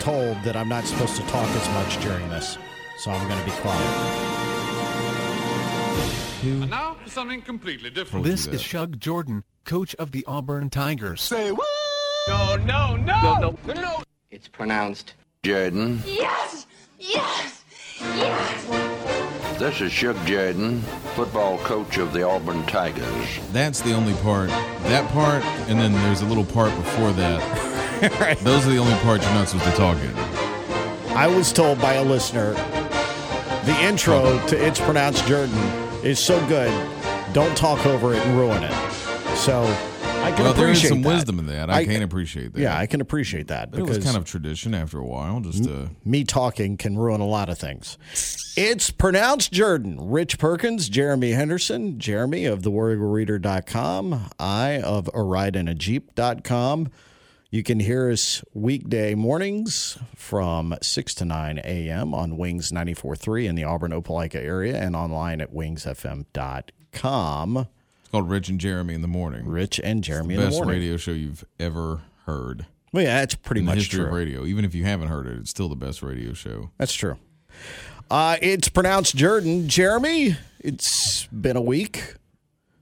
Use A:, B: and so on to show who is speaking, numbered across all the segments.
A: told that I'm not supposed to talk as much during this, so I'm going to be quiet.
B: And now for something completely different.
C: This is Shug Jordan, coach of the Auburn Tigers.
B: Say what?
D: No, no, no, no, no, no.
E: It's pronounced
F: Jaden.
G: Yes! Yes! Yes!
F: This is Shug Jaden, football coach of the Auburn Tigers.
H: That's the only part. That part, and then there's a little part before that. right. Those are the only parts you're not supposed to talk in.
A: I was told by a listener the intro to It's Pronounced Jordan is so good, don't talk over it and ruin it. So I can
H: Well, there is
A: appreciate
H: some
A: that.
H: wisdom in that. I, can appreciate that.
A: Yeah, I can appreciate that
H: But it
A: because Mm.
H: was kind of tradition after a while. Just uh,
A: me talking can ruin a lot of things. It's pronounced Jordan. Rich Perkins, Jeremy Henderson, Jeremy of thewarriorreader.com, I of a ride in a jeep.com. You can hear us weekday mornings from 6 to 9 a.m. on Wings 94.3 in the Auburn Opelika area and online at wingsfm.com.
H: it's called Rich and Jeremy in the morning.
A: Rich and Jeremy in the
H: Best
A: morning.
H: radio show you've ever heard.
A: Well, yeah, that's pretty
H: in the
A: much
H: history
A: true.
H: of radio. Even if you haven't heard it, it's still the best radio show.
A: That's true. Uh, it's pronounced Jordan. Jeremy, it's been a week.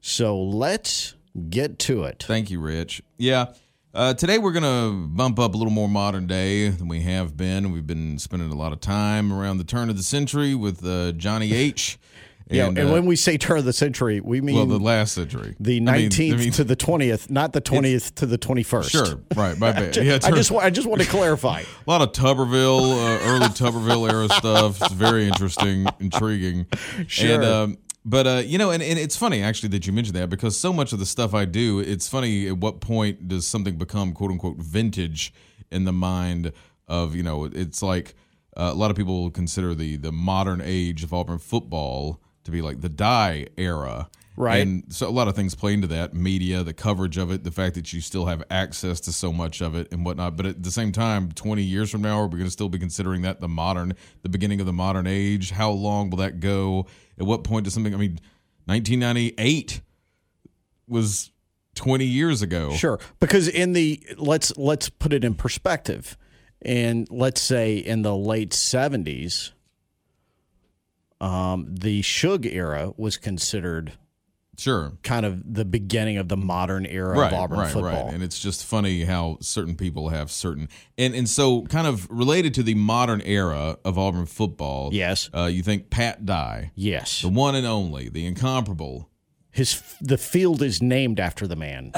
A: So let's get to it.
H: Thank you, Rich. Yeah. Uh, today we're gonna bump up a little more modern day than we have been. We've been spending a lot of time around the turn of the century with uh, Johnny H.
A: yeah, and
H: uh,
A: when we say turn of the century, we mean
H: well, the last century,
A: the
H: I mean- I
A: 19th
H: mean-
A: to the 20th, not the 20th to the 21st.
H: Sure, right, my bad. Yeah,
A: I
H: turn-
A: just wa- I just want to clarify.
H: A lot of Tuberville, uh, early Tuberville era stuff. It's very interesting, intriguing.
A: Sure.
H: And, um, but uh, you know, and, and it's funny actually that you mentioned that because so much of the stuff I do, it's funny at what point does something become quote unquote vintage in the mind of you know? It's like uh, a lot of people consider the the modern age of Auburn football to be like the die era.
A: Right.
H: And so a lot of things play into that media, the coverage of it, the fact that you still have access to so much of it and whatnot. But at the same time, 20 years from now, are we going to still be considering that the modern, the beginning of the modern age? How long will that go? At what point does something, I mean, 1998 was 20 years ago.
A: Sure, because in the let's let's put it in perspective, and let's say in the late seventies, um, the Shug era was considered
H: Sure.
A: kind of the beginning of the modern era of Auburn football.
H: And it's just funny how certain people have certain and and so kind of related to the modern era of Auburn football.
A: Yes.
H: uh, you think Pat Dye,
A: yes,
H: the one and only, the incomparable.
A: his the field is named after the man.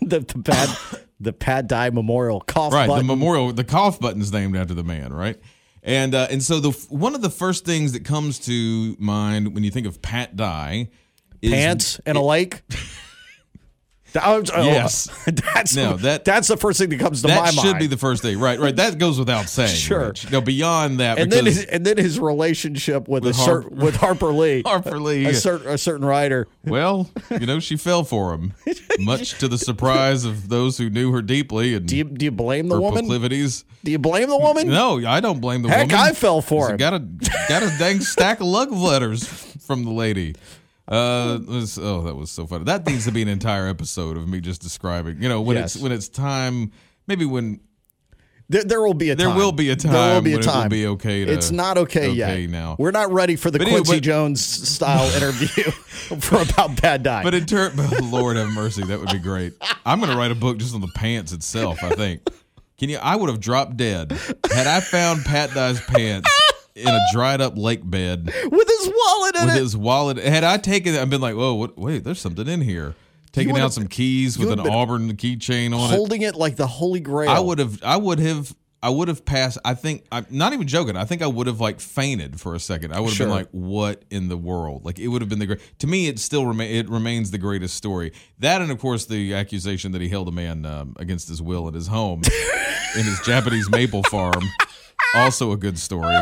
A: the, the pad the Pad Dye Memorial cough
H: right
A: button.
H: the memorial the cough button is named after the man right and uh, and so the f- one of the first things that comes to mind when you think of pat dye is
A: pants and a lake. I was- oh,
H: Yes.
A: that's
H: No, that-
A: that's the first thing that comes to
H: that
A: my
H: should
A: mind.
H: be the first thing right right that goes without saying
A: Sure.
H: Rich. now beyond that
A: and then
H: because
A: his, and then his relationship with,
H: With
A: a cer-
H: Harp-
A: with Harper Lee,
H: Harper Lee.
A: a, cer- a certain writer.
H: well you know she fell for him much to the surprise of those who knew her deeply and
A: Do you do you blame the
H: her
A: woman?
H: proclivities
A: Do you blame the woman?
H: No, I don't blame the
A: Heck,
H: woman.
A: I fell for
H: So
A: it.
H: Got a got a dang stack of love letters from the lady. Uh, this- oh, that was so funny. That needs to be an entire episode of me just describing. You know, when
A: Yes.
H: it's when it's time, maybe when
A: There, there will be a
H: There
A: time.
H: will be a
A: There will be a
H: time when it will
A: time.
H: be okay to-
A: it's not okay,
H: okay
A: yet.
H: now.
A: we're not ready for the
H: But anyway,
A: Quincy
H: but-
A: Jones style interview for about bad diet.
H: But in turn, oh, Lord have mercy, that would be great. I'm going to write a book just on the pants itself. I think. Can you? I would have dropped dead had I found Pat Dye's pants in a dried up lake bed
A: with his wallet in
H: with
A: it.
H: his wallet. Had I taken it, I've been like, whoa, what, wait, there's something in here. Taking
A: would've-
H: out some keys with an
A: would've been
H: Auburn keychain on it.
A: Holding it like the Holy Grail.
H: I would have, I would have, I would have passed. I think, I'm not even joking. I think I would have like fainted for a second. I would have
A: Sure.
H: been like, what in the world? Like it would have been the great. To me, it still remain. It remains the greatest story. That and of course the accusation that he held a man um, against his will at his home in his Japanese maple farm. Also a good story.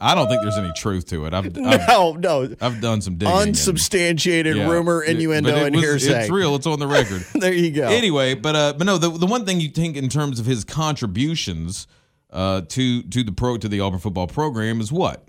H: I don't think there's any truth to it. I've, I've
A: No, no.
H: I've done some digging. and-
A: Unsubstantiated
H: yeah.
A: rumor,
H: It-
A: innuendo,
H: but it
A: and
H: was-
A: hearsay.
H: It's real. It's on the record.
A: There you go.
H: Anyway, but uh, but no, the the one thing you think in terms of his contributions uh, to to the pro to the Auburn football program is what,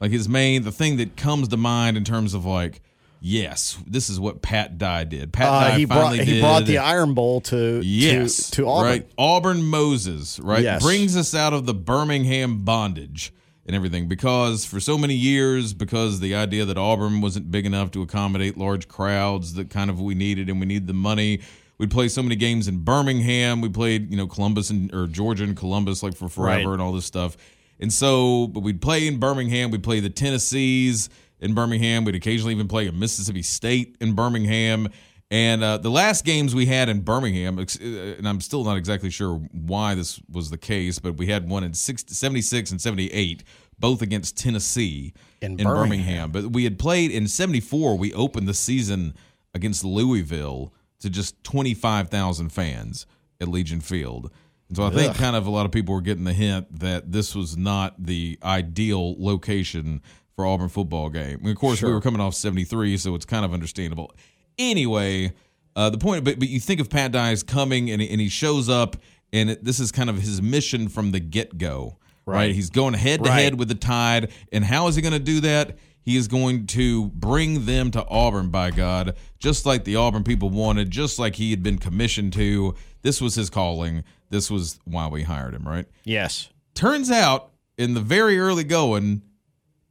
H: like his main the thing that comes to mind in terms of like Yes, this is what Pat Dye did. Pat
A: Uh,
H: Dye
A: he brought
H: finally
A: he
H: did.
A: brought the Iron Bowl to
H: yes
A: to, to Auburn.
H: Right? Auburn Moses, right?
A: Yes.
H: Brings us out of the Birmingham bondage and everything because for so many years, because the idea that Auburn wasn't big enough to accommodate large crowds that kind of we needed and we need the money. We'd play so many games in Birmingham. We played, you know, Columbus and or Georgia and Columbus like for forever
A: Right.
H: and all this stuff. And so, but we'd play in Birmingham. We'd play the Tennessees in Birmingham. We'd occasionally even play a Mississippi State in Birmingham. And uh, the last games we had in Birmingham, ex- uh, and I'm still not exactly sure why this was the case, but we had one in six, 76 and 78, both against Tennessee
A: In
H: Birmingham. But we had played in 74, we opened the season against Louisville to just 25,000 fans at Legion Field. And so I think kind of a lot of people were getting the hint that this was not the ideal location for Auburn football game. And of course, we were coming off 73, so it's kind of understandable. Anyway, uh, the point, but, but you think of Pat Dye as coming and, he- and he shows up, and it, this is kind of his mission from the get go, right. He's going head to head
A: Right.
H: with the tide. And how is he going to do that? He is going to bring them to Auburn, by God, just like the Auburn people wanted, just like he had been commissioned to. This was his calling. This was why we hired him, right?
A: Yes.
H: Turns out, in the very early going,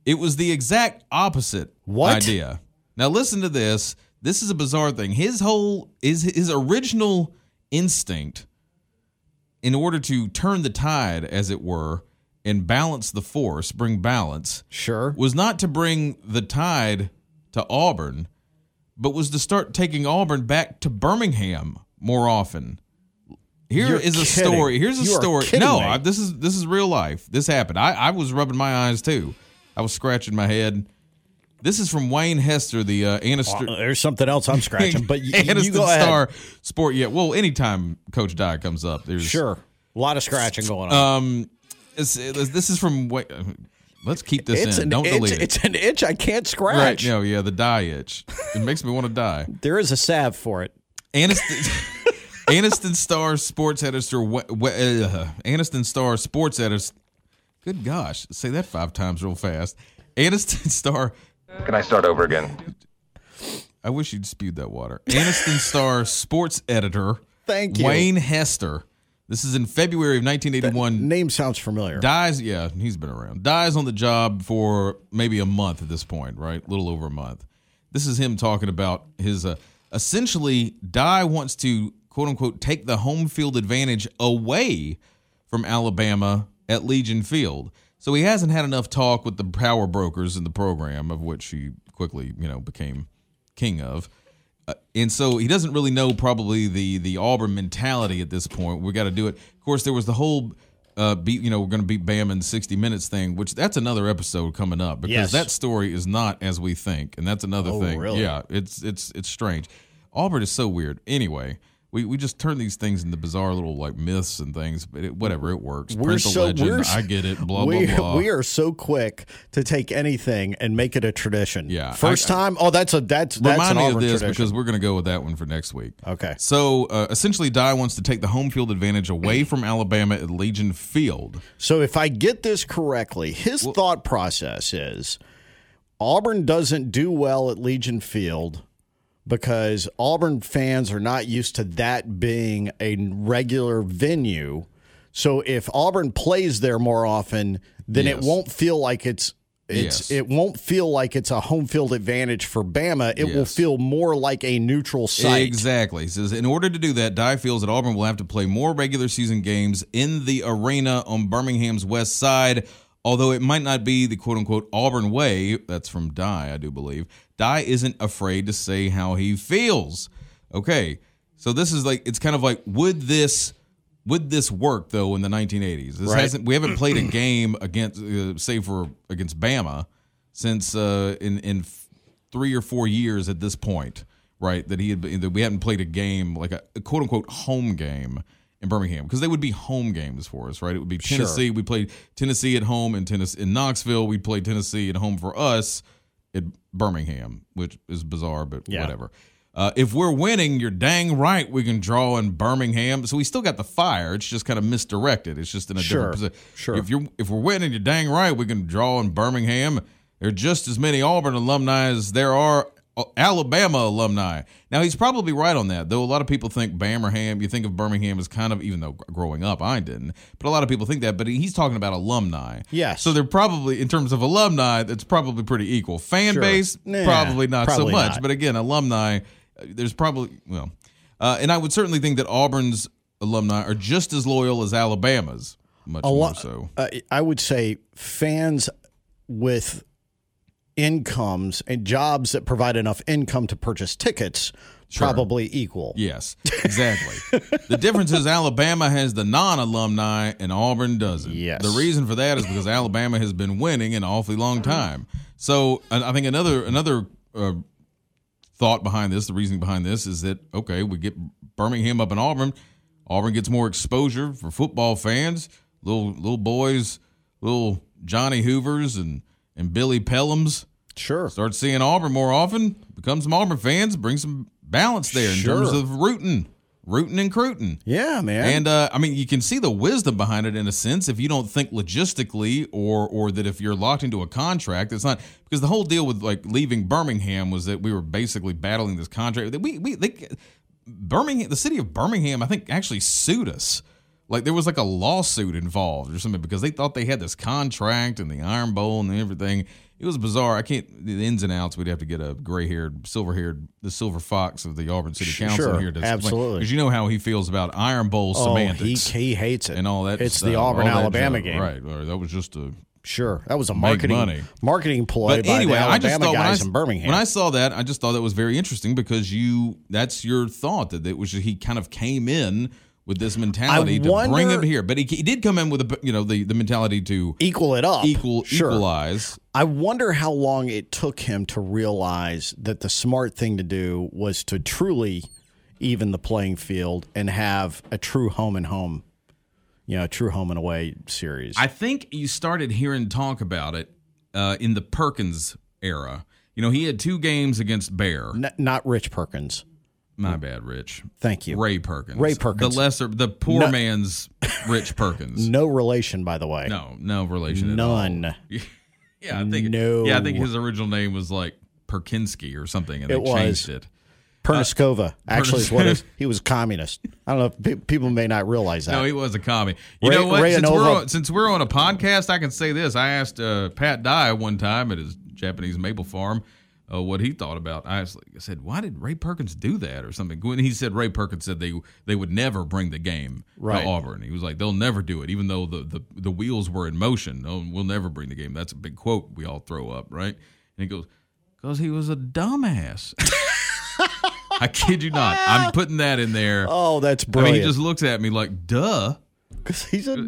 H: it was the exact opposite
A: What?
H: idea. Now listen to this. This is a bizarre thing. His whole is his original instinct in order to turn the tide, as it were, and balance the force, bring balance,
A: Sure.
H: was not to bring the tide to Auburn, but was to start taking Auburn back to Birmingham more often. Here is
A: You're kidding.
H: a story. Here's a
A: You are
H: story.
A: kidding
H: no,
A: me.
H: I, this is this is real life. This happened. I, I was rubbing my eyes too. I was scratching my head. This is from Wayne Hester, the uh, Anastra-
A: Uh, there's something else I'm scratching, but you, you
H: Anniston
A: go ahead.
H: Star sport. Yeah, well, anytime Coach Dye comes up, there's
A: Sure. A lot of scratching going on.
H: This, this is from. Wa- Let's keep this
A: it's
H: in.
A: an
H: Don't
A: itch,
H: delete it.
A: it's an itch I can't scratch.
H: Right. No, yeah, the die itch. It makes me want to die.
A: There is a salve for it.
H: Aniston, Aniston Star sports editor. Wa- Wa- uh, Aniston Star sports editor. Good gosh, say that five times real fast. Aniston Star.
D: Can I start over again?
H: I wish you'd spewed that water. Aniston Star sports editor.
A: Thank you.
H: Wayne Hester. This is in February of 1981.
A: Name sounds familiar.
H: Dies, yeah, he's been around. Dies on the job for maybe a month at this point, right? A little over a month. This is him talking about his. Uh, essentially, Die wants to quote unquote take the home field advantage away from Alabama at Legion Field. So he hasn't had enough talk with the power brokers in the program, of which he quickly, you know, became king of. Uh, and so he doesn't really know probably the the Auburn mentality at this point. We got to do it. Of course, there was the whole uh, beat. You know, we're going to beat Bam in sixty minutes thing, which that's another episode coming up because
A: Yes.
H: that story is not as we think, and that's another
A: Oh,
H: thing.
A: really?
H: Yeah, it's it's it's strange. Auburn is so weird. Anyway. We, we just turn these things into bizarre little like myths and things, but it, whatever it works. Print the legend, I get it. Blah
A: we,
H: blah blah.
A: We are so quick to take anything and make it a tradition.
H: Yeah,
A: First
H: I-
A: time. Oh, that's a that's that's an
H: Remind me
A: Auburn
H: of this
A: tradition.
H: because we're going to go with that one for next week.
A: Okay.
H: So uh, essentially, Dye wants to take the home field advantage away from Alabama at Legion Field.
A: So if I get this correctly, his thought process is Auburn doesn't do well at Legion Field because Auburn fans are not used to that being a regular venue. So if Auburn plays there more often, then it
H: Yes.
A: won't feel like it's it's
H: Yes.
A: it won't feel like it's a home field advantage for Bama. It will
H: Yes.
A: feel more like a neutral site.
H: Exactly. He says, in order to do that, Dye feels that Auburn will have to play more regular season games in the arena on Birmingham's west side. Although it might not be the quote unquote Auburn way, that's from Dye, I do believe. Dye isn't afraid to say how he feels. Okay. So this is like it's kind of like would this would this work though in the 1980s? This
A: Right.
H: hasn't we haven't played a game against uh, say for against Bama since uh, in in three or four years at this point, right? That he had that we hadn't played a game like a, quote unquote home game in Birmingham because they would be home games for us, right? It would be Tennessee. We played Tennessee at home in Tennessee in Knoxville. We played Tennessee at home for us at Birmingham, which is bizarre, but
A: Yeah.
H: whatever. Uh, if we're winning, you're dang right we can draw in Birmingham. So we still got the fire. It's just kind of misdirected. It's just in a
A: Sure.
H: different position.
A: Sure.
H: If you're if we're winning, you're dang right we can draw in Birmingham. There are just as many Auburn alumni as there are Alabama alumni. Now he's probably right on that, though. A lot of people think Birmingham. You think of Birmingham as kind of, even though gr- growing up I didn't, but a lot of people think that. But he's talking about alumni.
A: Yes.
H: So they're probably in terms of alumni, that's probably pretty equal. Fan
A: Sure.
H: base,
A: Nah,
H: probably not
A: probably
H: so much.
A: not.
H: But again, alumni, uh, there's probably well, uh, and I would certainly think that Auburn's alumni are just as loyal as Alabama's, much
A: lo-
H: more so.
A: uh, I would say fans with incomes and jobs that provide enough income to purchase tickets probably equal.
H: Yes, exactly. the difference is Alabama has the non alumni and Auburn doesn't.
A: Yes.
H: The reason for that is because Alabama has been winning an awfully long time. So and I think another another uh, thought behind this, the reasoning behind this is that okay, we get Birmingham up in Auburn. Auburn gets more exposure for football fans. Little little boys, little Johnny Hoovers and and Billy Pelhams
A: Sure.
H: start seeing Auburn more often, become some Auburn fans, bring some balance there in
A: Sure.
H: terms of rooting, rooting and cruiting.
A: Yeah, man.
H: And uh, I mean, you can see the wisdom behind it in a sense if you don't think logistically, or or that if you're locked into a contract, it's not because the whole deal with like leaving Birmingham was that we were basically battling this contract. That we we they, Birmingham, the city of Birmingham, I think actually sued us. Like there was like a lawsuit involved or something because they thought they had this contract and the Iron Bowl and everything. It was bizarre. I can't the ins and outs. We'd have to get a gray-haired, silver-haired, the silver fox of the Auburn City Council
A: sure.
H: here to
A: Absolutely.
H: because you know how he feels about Iron Bowl
A: oh, he,
H: semantics
A: he hates it.
H: and all that.
A: It's the
H: stuff,
A: Auburn
H: all that
A: Alabama
H: junk.
A: game.
H: right? Or that was just a.
A: Sure. That was a marketing
H: money.
A: marketing ploy
H: But
A: by
H: anyway,
A: the
H: I
A: Alabama
H: just thought when I,
A: guys
H: s-
A: in Birmingham.
H: when I saw that, I just thought that was very interesting because you that's your thought that it was he kind of came in with this mentality to bring
A: wonder-
H: him here, but he, he did come in with a you know the the mentality to
A: equal it up.
H: equal
A: sure.
H: equalize.
A: I wonder how long it took him to realize that the smart thing to do was to truly even the playing field and have a true home and home, you know, true home and away series.
H: I think you started hearing talk about it uh, in the Perkins era. You know, he had two games against Bear.
A: N- not Rich Perkins.
H: My bad, Rich.
A: Thank you.
H: Ray Perkins.
A: Ray Perkins.
H: The lesser, the poor man's Rich Perkins.
A: No relation, by the way.
H: No, no relation. at all.
A: None.
H: Yeah, I think.
A: No.
H: Yeah, I think his original name was like Perkinsky or something, and
A: It
H: they changed
A: was.
H: it.
A: Perniskova actually is what
H: Pernis-
A: is. He was communist. I don't know. If pe- people may not realize that.
H: No, he was a commie. You
A: Ray-
H: know what?
A: Ray
H: Since
A: Anova-
H: we're, on, since we're on a podcast, I can say this. I asked uh, Pat Dye one time at his Japanese maple farm uh, what he thought about. I was like- I said, "Why did Ray Perkins do that?" or something. When he said Ray Perkins said they they would never bring the game
A: Right.
H: to Auburn. He was like, "They'll never do it, even though the the, the wheels were in motion. No, we'll never bring the game." That's a big quote we all throw up, right? And he goes, "Cause he was a dumbass." I kid you not. I'm putting that in there.
A: oh, that's
H: I mean,
A: brilliant.
H: he just looks at me like, "Duh."
A: he's a dumbass.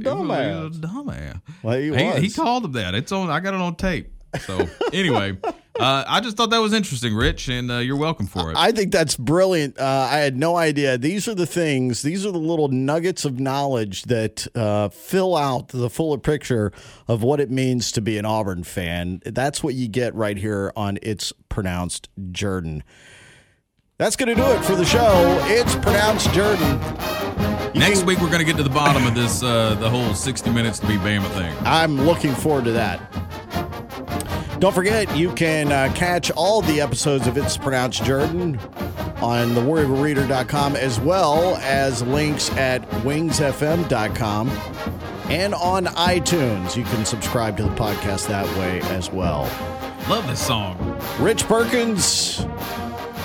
H: He's a dumbass.
A: Well, he was.
H: called him that. It's on. I got it on tape. So anyway, uh, I just thought that was interesting, Rich, and uh, you're welcome for it.
A: I think that's brilliant. Uh, I had no idea. These are the things, these are the little nuggets of knowledge that uh, fill out the fuller picture of what it means to be an Auburn fan. That's what you get right here on It's Pronounced Jordan. That's going to do it for the show. It's Pronounced Jordan.
H: Next week, we're going to get to the bottom of this, uh, the whole 60 minutes to be Bama thing.
A: I'm looking forward to that. Don't forget, you can uh, catch all the episodes of It's Pronounced Jordan on thewarriorreader.com as well as links at wingsfm.com and on iTunes. You can subscribe to the podcast that way as well.
H: Love this song.
A: Rich Perkins,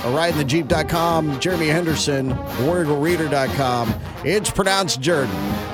A: ArideInTheJeep.com, Jeremy Henderson, thewarriorreader.com. It's Pronounced Jordan.